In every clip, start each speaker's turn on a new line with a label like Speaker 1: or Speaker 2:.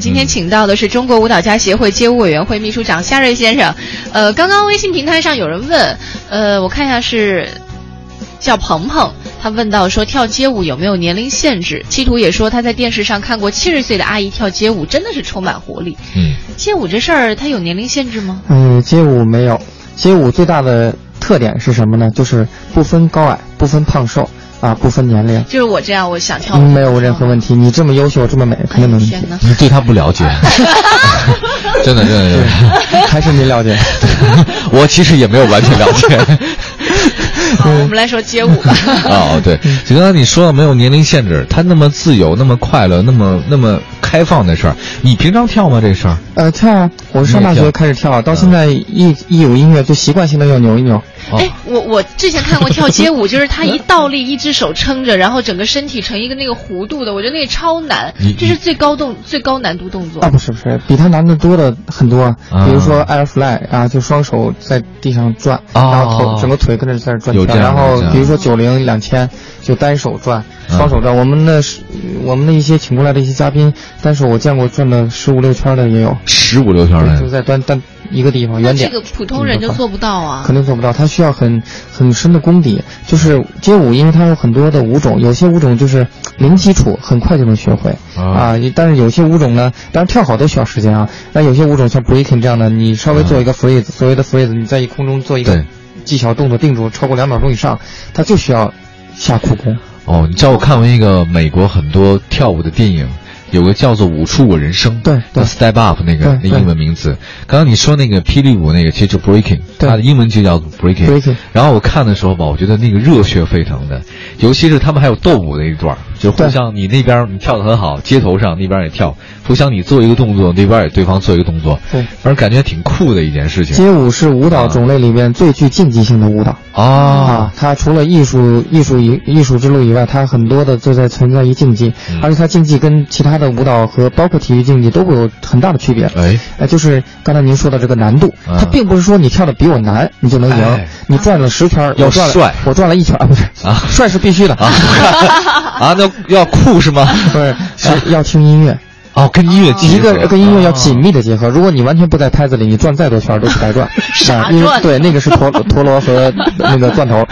Speaker 1: 今天请到的是中国舞蹈家协会街舞委员会秘书长夏瑞先生。呃，刚刚微信平台上有人问，呃，我看一下是叫鹏鹏，他问到说跳街舞有没有年龄限制？七图也说他在电视上看过七十岁的阿姨跳街舞，真的是充满活力。
Speaker 2: 嗯，
Speaker 1: 街舞这事儿它有年龄限制吗？
Speaker 3: 嗯，街舞没有。街舞最大的特点是什么呢？就是不分高矮，不分胖瘦，啊，不分年龄，
Speaker 1: 就是我这样，我想跳舞啊
Speaker 3: 嗯没有任何问题。你这么优秀，这么美，肯
Speaker 1: 哎
Speaker 3: 定
Speaker 1: 呦
Speaker 3: 没问题
Speaker 1: 天。哪！
Speaker 2: 你对他不了解，真的真的真的，
Speaker 3: 还是您了解。
Speaker 2: 我其实也没有完全了解。
Speaker 1: 好，我们来说街舞 吧。
Speaker 2: 哦，对，就刚刚你说了没有年龄限制，他那么自由，那么快乐，那么那么开放的事儿，你平常跳吗？这事儿？
Speaker 3: 呃，跳啊，我是上大
Speaker 2: 你也跳
Speaker 3: 学
Speaker 2: 嗯
Speaker 3: 开始跳，到现在一一有音乐就习惯性的要扭一扭。
Speaker 2: 哦
Speaker 1: 哎，我我之前看过跳街舞，就是他一倒立，一只手撑着，然后整个身体成一个那个弧度的，我觉得那个超难
Speaker 2: 你，
Speaker 1: 这是最高动最高难度动作
Speaker 3: 啊，。不是不是，比它难的多的很多。
Speaker 2: 啊
Speaker 3: 比如说 air fly 啊，就双手在地上转，
Speaker 2: 哦
Speaker 3: 然后头整个腿跟着在这转
Speaker 2: 有
Speaker 3: 圈。
Speaker 2: 这样
Speaker 3: 然后
Speaker 2: 有这样嗯
Speaker 3: 比如说九零两千，就单手转，双手转。我们的是我们的一些请过来的一些嘉宾，单手我见过转了十五六圈的也有，
Speaker 2: 十五六圈
Speaker 3: 就
Speaker 2: 的，
Speaker 3: 在单单一个地方
Speaker 1: 那
Speaker 3: 原
Speaker 1: 这
Speaker 3: 点。
Speaker 1: 个普通人就做不到啊
Speaker 3: 肯。定做不到，它需要很很深的功底。就是街舞，因为它有很多的舞种，有些舞种就是零基础，很快就能学会
Speaker 2: 啊
Speaker 3: 啊。但是有些舞种呢，当然跳好都需要时间啊。但有些舞种像 breaking 这样的，你稍微做一个 freeze，、所谓的 freeze，你在一空中做一
Speaker 2: 嗯
Speaker 3: 个
Speaker 2: 对
Speaker 3: 技巧动作定住，超过两秒钟以上，它就需要下苦功。
Speaker 2: 哦，你知道我看过一个美国很多跳舞的电影，有个叫做《舞出我人生》，
Speaker 3: 对
Speaker 2: 叫
Speaker 3: 对
Speaker 2: Step Up 那个那
Speaker 3: 对对
Speaker 2: 英文名字。刚刚你说那个霹雳舞那个，其实就 Breaking，
Speaker 3: 对
Speaker 2: 它的英文就叫 Breaking。
Speaker 3: breaking
Speaker 2: 然后我看的时候吧，我觉得那个热血沸腾的，尤其是他们还有斗舞的一段儿，就互
Speaker 3: 对
Speaker 2: 相你那边儿你跳得很好，街头上那边儿也跳，互相你做一个动作，那边儿也对方做一个动作，
Speaker 3: 对，
Speaker 2: 反正感觉挺酷的一件事情
Speaker 3: 街舞是舞蹈种类里面最具竞技性的舞蹈。
Speaker 2: 啊
Speaker 3: 啊，它除了艺术、艺术以艺术之路以外，它很多的就在存在于竞技，
Speaker 2: 嗯
Speaker 3: 而且它竞技跟其他的舞蹈和包括体育竞技都会有很大的区别。
Speaker 2: 哎，
Speaker 3: 呃，就是刚才您说的这个难度，
Speaker 2: 啊
Speaker 3: 它并不是说你跳的比我难你就能赢，
Speaker 2: 哎
Speaker 3: 你转了十圈儿，
Speaker 2: 要
Speaker 3: 我转了
Speaker 2: 帅
Speaker 3: 我转了一圈儿啊，不是
Speaker 2: 啊
Speaker 3: 帅是必须的，
Speaker 2: 啊，那要酷是吗？
Speaker 3: 不是是要听音乐，
Speaker 2: 哦，跟音乐结
Speaker 3: 啊一
Speaker 2: 合
Speaker 3: 个跟音乐要
Speaker 2: 啊
Speaker 3: 紧密的结合。如果你完全不在拍子里，你转再多圈儿都是白 转，
Speaker 1: 傻
Speaker 3: 啊，因为
Speaker 1: 转
Speaker 3: 对那个是陀陀螺和那个 钻头。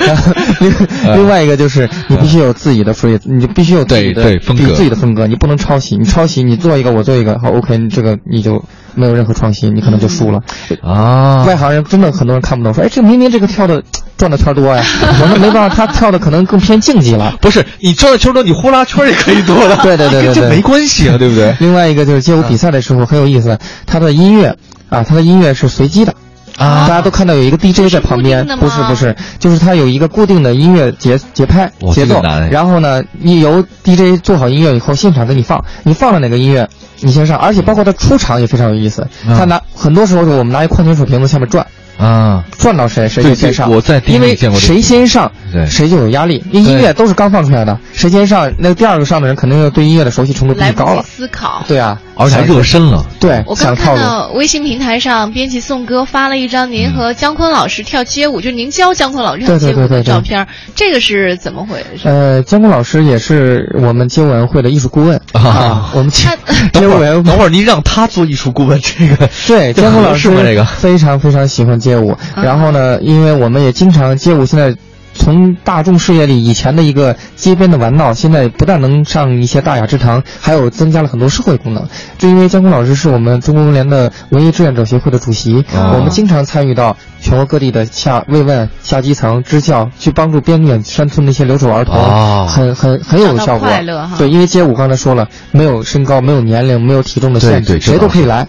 Speaker 3: 然后另
Speaker 2: 嗯
Speaker 3: 另外一个就是你必须有自己的 free，你必须有自己的
Speaker 2: 对对风格
Speaker 3: 你自己的风格，你不能抄袭。你抄袭，你做一个我做一个，好 OK，你这个你就没有任何创新，你可能就
Speaker 2: 嗯
Speaker 3: 输了。
Speaker 2: 啊
Speaker 3: 外行人真的很多人看不懂，说哎，这明明这个跳的转的圈 儿多呀，我说没办法，他跳的可能更偏竞技了。
Speaker 2: 不是你转了圈多，你呼啦圈也可以多的，
Speaker 3: 对对对 对对
Speaker 2: 这没关系啊，对不对？
Speaker 3: 另外一个就是街舞比赛的时候很有意思，它的音乐啊，它的音乐是随机的。
Speaker 2: 啊
Speaker 3: 大家都看到有一个 DJ 在旁边
Speaker 1: 是固定的，吗
Speaker 3: 不是不是，就是它有一个固定的音乐节节拍
Speaker 2: 哇
Speaker 3: 节奏
Speaker 2: 这个难哎，
Speaker 3: 然后呢，你由 DJ 做好音乐以后，现场给你放，你放了哪个音乐，你先上，而且包括它出场也非常有意思，
Speaker 2: 嗯
Speaker 3: 他拿很多时候是我们拿一矿泉水瓶子下面转，
Speaker 2: 啊，
Speaker 3: 转到谁谁
Speaker 2: 对
Speaker 3: 就
Speaker 2: 对
Speaker 3: 先上。
Speaker 2: 我在电影
Speaker 3: 因
Speaker 2: 里
Speaker 3: 为
Speaker 2: 见过这
Speaker 3: 谁先上
Speaker 2: 对，
Speaker 3: 谁就有压力。因为音乐都是刚放出来的，谁先上，那第二个上的人肯定对音乐的熟悉程度比
Speaker 1: 来
Speaker 3: 你
Speaker 1: 不
Speaker 3: 高
Speaker 1: 及
Speaker 3: 了。
Speaker 1: 思考。
Speaker 3: 对啊，
Speaker 2: 而哦且还热身了，
Speaker 3: 对，
Speaker 1: 我刚
Speaker 3: 想套
Speaker 1: 看
Speaker 3: 路。
Speaker 1: 到微信平台上编辑宋哥发了一张您和姜昆老师跳街舞，就是您教姜昆老师跳街舞
Speaker 3: 嗯对对对
Speaker 1: 的
Speaker 3: 对对
Speaker 1: 照片儿，这个是怎么回事？
Speaker 3: 呃，姜昆老师也是我们街舞委员会的艺术顾问
Speaker 2: 啊
Speaker 3: 啊，我们街街
Speaker 2: 等
Speaker 3: 舞
Speaker 2: 会
Speaker 3: 委
Speaker 2: 儿
Speaker 3: 员会
Speaker 2: 等会儿您让他做艺术顾问，这个
Speaker 3: 对
Speaker 2: 这
Speaker 3: 姜昆
Speaker 2: 合
Speaker 3: 老
Speaker 2: 适
Speaker 3: 师
Speaker 2: 吗？这个
Speaker 3: 非常非常喜欢街舞，
Speaker 1: 嗯
Speaker 3: 然后呢，因为我们也经常街舞现在。从大众视野里，以前的一个街边的玩闹，现在不但能上一些大雅之堂，还有增加了很多社会功能。就因为姜昆老师是我们中国文联的文艺志愿者协会的主席，
Speaker 2: 哦
Speaker 3: 我们经常参与到全国各地的下慰问、下基层、支教，去帮助边远山村的一些留守儿童，
Speaker 2: 哦
Speaker 3: 很很很有
Speaker 1: 找
Speaker 3: 效
Speaker 1: 到
Speaker 3: 果。
Speaker 1: 快乐哈
Speaker 3: 对，因为街舞刚才说了，没有身高，没有年龄，没有体重的
Speaker 2: 对
Speaker 3: 限制，
Speaker 2: 对这
Speaker 3: 谁
Speaker 2: 倒
Speaker 3: 都可以
Speaker 2: 是
Speaker 3: 来。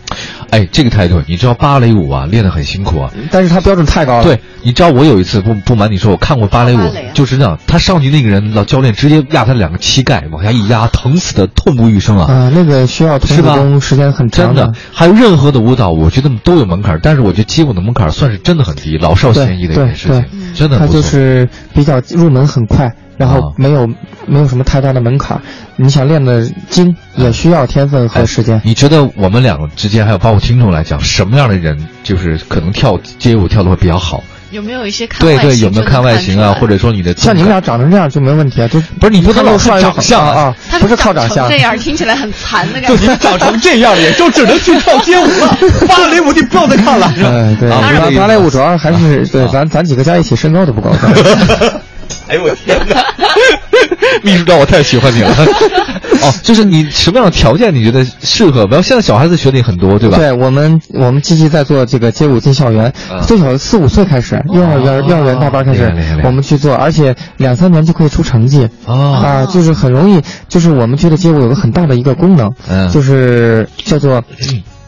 Speaker 2: 哎，这个态度，你知道芭蕾舞啊，练得很辛苦啊。
Speaker 3: 但是他标准太高了。
Speaker 2: 对，，你知道我有一次不不瞒你说，我看过芭蕾舞，
Speaker 1: 芭蕾啊
Speaker 2: 就是那样，他上去那个人，老教练直接压他两个膝盖，往下一压，疼死的，痛不欲生啊。
Speaker 3: 啊、那个需要童
Speaker 2: 是
Speaker 3: 子
Speaker 2: 吧
Speaker 3: 功时间很
Speaker 2: 真
Speaker 3: 长啊
Speaker 2: 的，还有任何的舞蹈，我觉得都有门槛，但是我觉得街舞的门槛算是真的很低，老少咸宜的一件事
Speaker 3: 对对嗯
Speaker 2: 情，真的
Speaker 3: 它
Speaker 2: 不
Speaker 3: 就
Speaker 2: 错。
Speaker 3: 是比较入门很快，然后
Speaker 2: 啊
Speaker 3: 没有、没有什么太大的门槛儿。你想练的精，也需要天分和时间。
Speaker 2: 你觉得我们两个之间，还有包括听众来讲，什么样的人就是可能跳街舞跳的会比较好？
Speaker 1: 有没有一些看
Speaker 2: 对
Speaker 1: 外
Speaker 2: 对，
Speaker 1: 形
Speaker 2: 有没有
Speaker 1: 就能
Speaker 2: 看外形啊，
Speaker 1: 出来
Speaker 2: 或者说你的
Speaker 3: 像你们俩长成这样就没问题啊，就
Speaker 2: 不是你不能老
Speaker 3: 看
Speaker 2: 看
Speaker 3: 着
Speaker 2: 长相
Speaker 3: 啊
Speaker 2: 啊，
Speaker 3: 啊，
Speaker 1: 他
Speaker 3: 不是靠长
Speaker 1: 成
Speaker 3: 相
Speaker 1: 这。样，听起来很残的感
Speaker 2: 就你
Speaker 1: 觉。
Speaker 2: 长成这样，也就只能去跳街舞 了，芭蕾舞你不要再看了。
Speaker 3: 嗯，对，
Speaker 2: 啊
Speaker 1: 是
Speaker 3: 芭
Speaker 2: 这个意思
Speaker 3: 芭蕾舞主要还是对
Speaker 2: 啊
Speaker 3: 咱咱几个加一起身高 都不高。
Speaker 2: 哎呦我天哪！ 秘书长，我太喜欢你 了。哦，就是你什么样的条件你觉得适合？然后现在小孩子学的也很多，对吧？
Speaker 3: 对我们，我们积极在做这个街舞进校园
Speaker 2: 嗯，
Speaker 3: 最小四五岁开始，幼儿园、幼儿园大班开
Speaker 2: 哦厉
Speaker 3: 始
Speaker 2: 害厉害厉害，
Speaker 3: 我们去做，而且两三年就可以出成绩。
Speaker 2: 哦，
Speaker 3: 啊，就是很容易，就是我们觉得街舞有个很大的一个功能，
Speaker 2: 嗯
Speaker 3: 就是叫做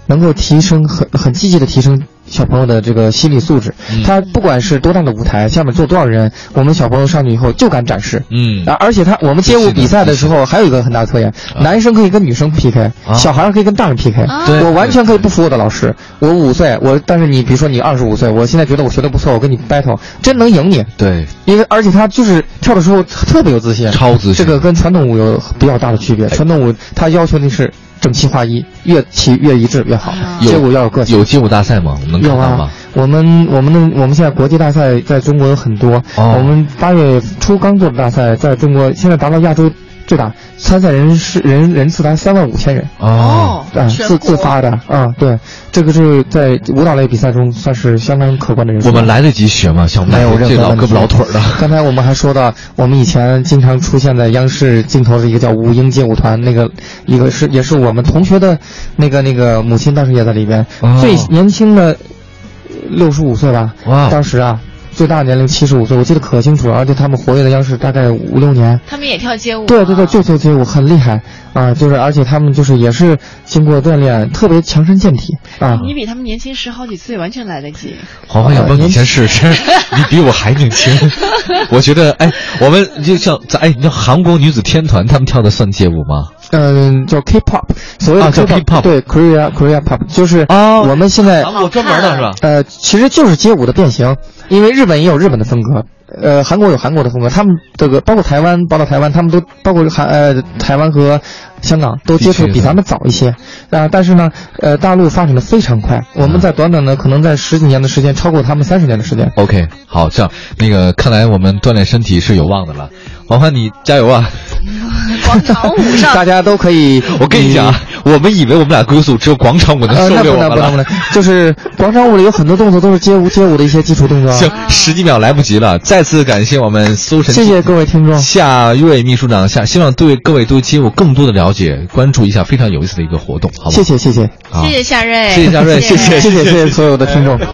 Speaker 3: 能够提升很很积极的提升小朋友的这个心理素质。
Speaker 2: 嗯
Speaker 3: 他不管是多大的舞台，下面坐多少人，我们小朋友上去以后就敢展示。
Speaker 2: 嗯
Speaker 3: 啊，而且他我们街舞比赛的时候还有一个很大的特点，男生可以跟女生 PK，、
Speaker 2: 啊
Speaker 3: 小孩儿可以跟大人 PK、
Speaker 1: 啊
Speaker 2: 对
Speaker 3: 我完全可以不服我的老师，我五岁，我但是你比如说你二十五岁，我现在觉得我学的不错，我跟你 battle，真能赢你。
Speaker 2: 对，
Speaker 3: 因为而且他就是跳的时候特别有自信，
Speaker 2: 超自信哎
Speaker 3: 这个跟传统舞有比较大的区别。传统舞它要求的是整齐划一，越齐越一致越好
Speaker 1: 啊。
Speaker 3: 街舞要有个性。
Speaker 2: 有街舞大赛吗？能看
Speaker 3: 有
Speaker 2: 到
Speaker 3: 啊
Speaker 2: 吗？，
Speaker 3: 我们我们的我们现在国际大赛在中国有很多，
Speaker 2: 哦
Speaker 3: 我们八月初刚做的大赛在中国现在达到亚洲最大，参赛人是人人次达三万五千人。
Speaker 2: 哦，
Speaker 3: 啊，
Speaker 1: 全
Speaker 3: 自
Speaker 1: 国
Speaker 3: 自发的啊，对，这个是在舞蹈类比赛中算是相当可观的人数。
Speaker 2: 我们来得及学吗？像我们
Speaker 3: 没有任何
Speaker 2: 这老
Speaker 3: 问
Speaker 2: 胳
Speaker 3: 题
Speaker 2: 膊老腿儿 的，
Speaker 3: 刚才我们还说到，我们以前经常出现在央视镜头的一个叫吴英街舞团，那个一个是也是我们同学的那个那个母亲，当时也在里边，
Speaker 2: 哦
Speaker 3: 最年轻的六十五岁吧，
Speaker 2: 哇
Speaker 3: 当时啊。最大年龄七十五岁，我记得可清楚了，而且他们活跃在央视大概五六年。
Speaker 1: 他们也跳街舞啊。
Speaker 3: 对对对，就做街舞很厉害啊，就是而且他们就是也是经过锻炼，特别强身健体啊。
Speaker 2: 嗯
Speaker 1: 你比他们年轻十好几岁，完全来得及。
Speaker 2: 黄黄，要不
Speaker 3: 呃
Speaker 2: 你
Speaker 3: 您
Speaker 2: 先试 试？你比我还年 轻。我觉得，哎，我们就像咱，哎，你知道韩国女子天团他们跳的算街舞吗？
Speaker 3: 嗯，叫 K-pop，所谓
Speaker 2: 啊
Speaker 3: 的
Speaker 2: 叫 K-pop
Speaker 3: 对 Korea Korea Pop，就是
Speaker 2: 哦
Speaker 3: 我们现在
Speaker 2: 韩国专门的是吧？
Speaker 3: 呃，其实就是街舞的变形，因为日本也有日本的风格，呃，韩国有韩国的风格，他们这个包括台湾，包括台湾，他们都包括韩呃台湾和香港都接触
Speaker 2: 的确
Speaker 3: 比咱们早一些，啊、但是呢，呃，大陆发展的非常快，我
Speaker 2: 嗯
Speaker 3: 们在短短的可能在十几年的时间，超过他们三十年的时间。
Speaker 2: OK，好，这样那个看来我们锻炼身体是有望的了。黄欢，你加油 啊！
Speaker 1: 广场舞上
Speaker 3: 大家都可以，
Speaker 2: 我跟你讲，啊我们以为我们俩归宿只有广场舞能
Speaker 3: 呃，
Speaker 2: 收
Speaker 3: 那
Speaker 2: 留
Speaker 3: 不
Speaker 2: 我
Speaker 3: 能
Speaker 2: 们
Speaker 3: 不能不
Speaker 2: 了
Speaker 3: 能。，就是广场舞里有很多动作都是街舞街舞的一些基础动作啊。
Speaker 2: 行，十几秒来不及了。再次感谢我们苏神
Speaker 3: 谢谢各位听众。
Speaker 2: 夏瑞秘书长，夏希望对各位对街舞更多的了解，关注一下非常有意思的一个活动，好吗？啊
Speaker 3: 谢谢谢谢
Speaker 2: 好
Speaker 1: 谢谢夏瑞，
Speaker 2: 谢谢夏瑞，
Speaker 3: 谢谢谢谢所有的听众。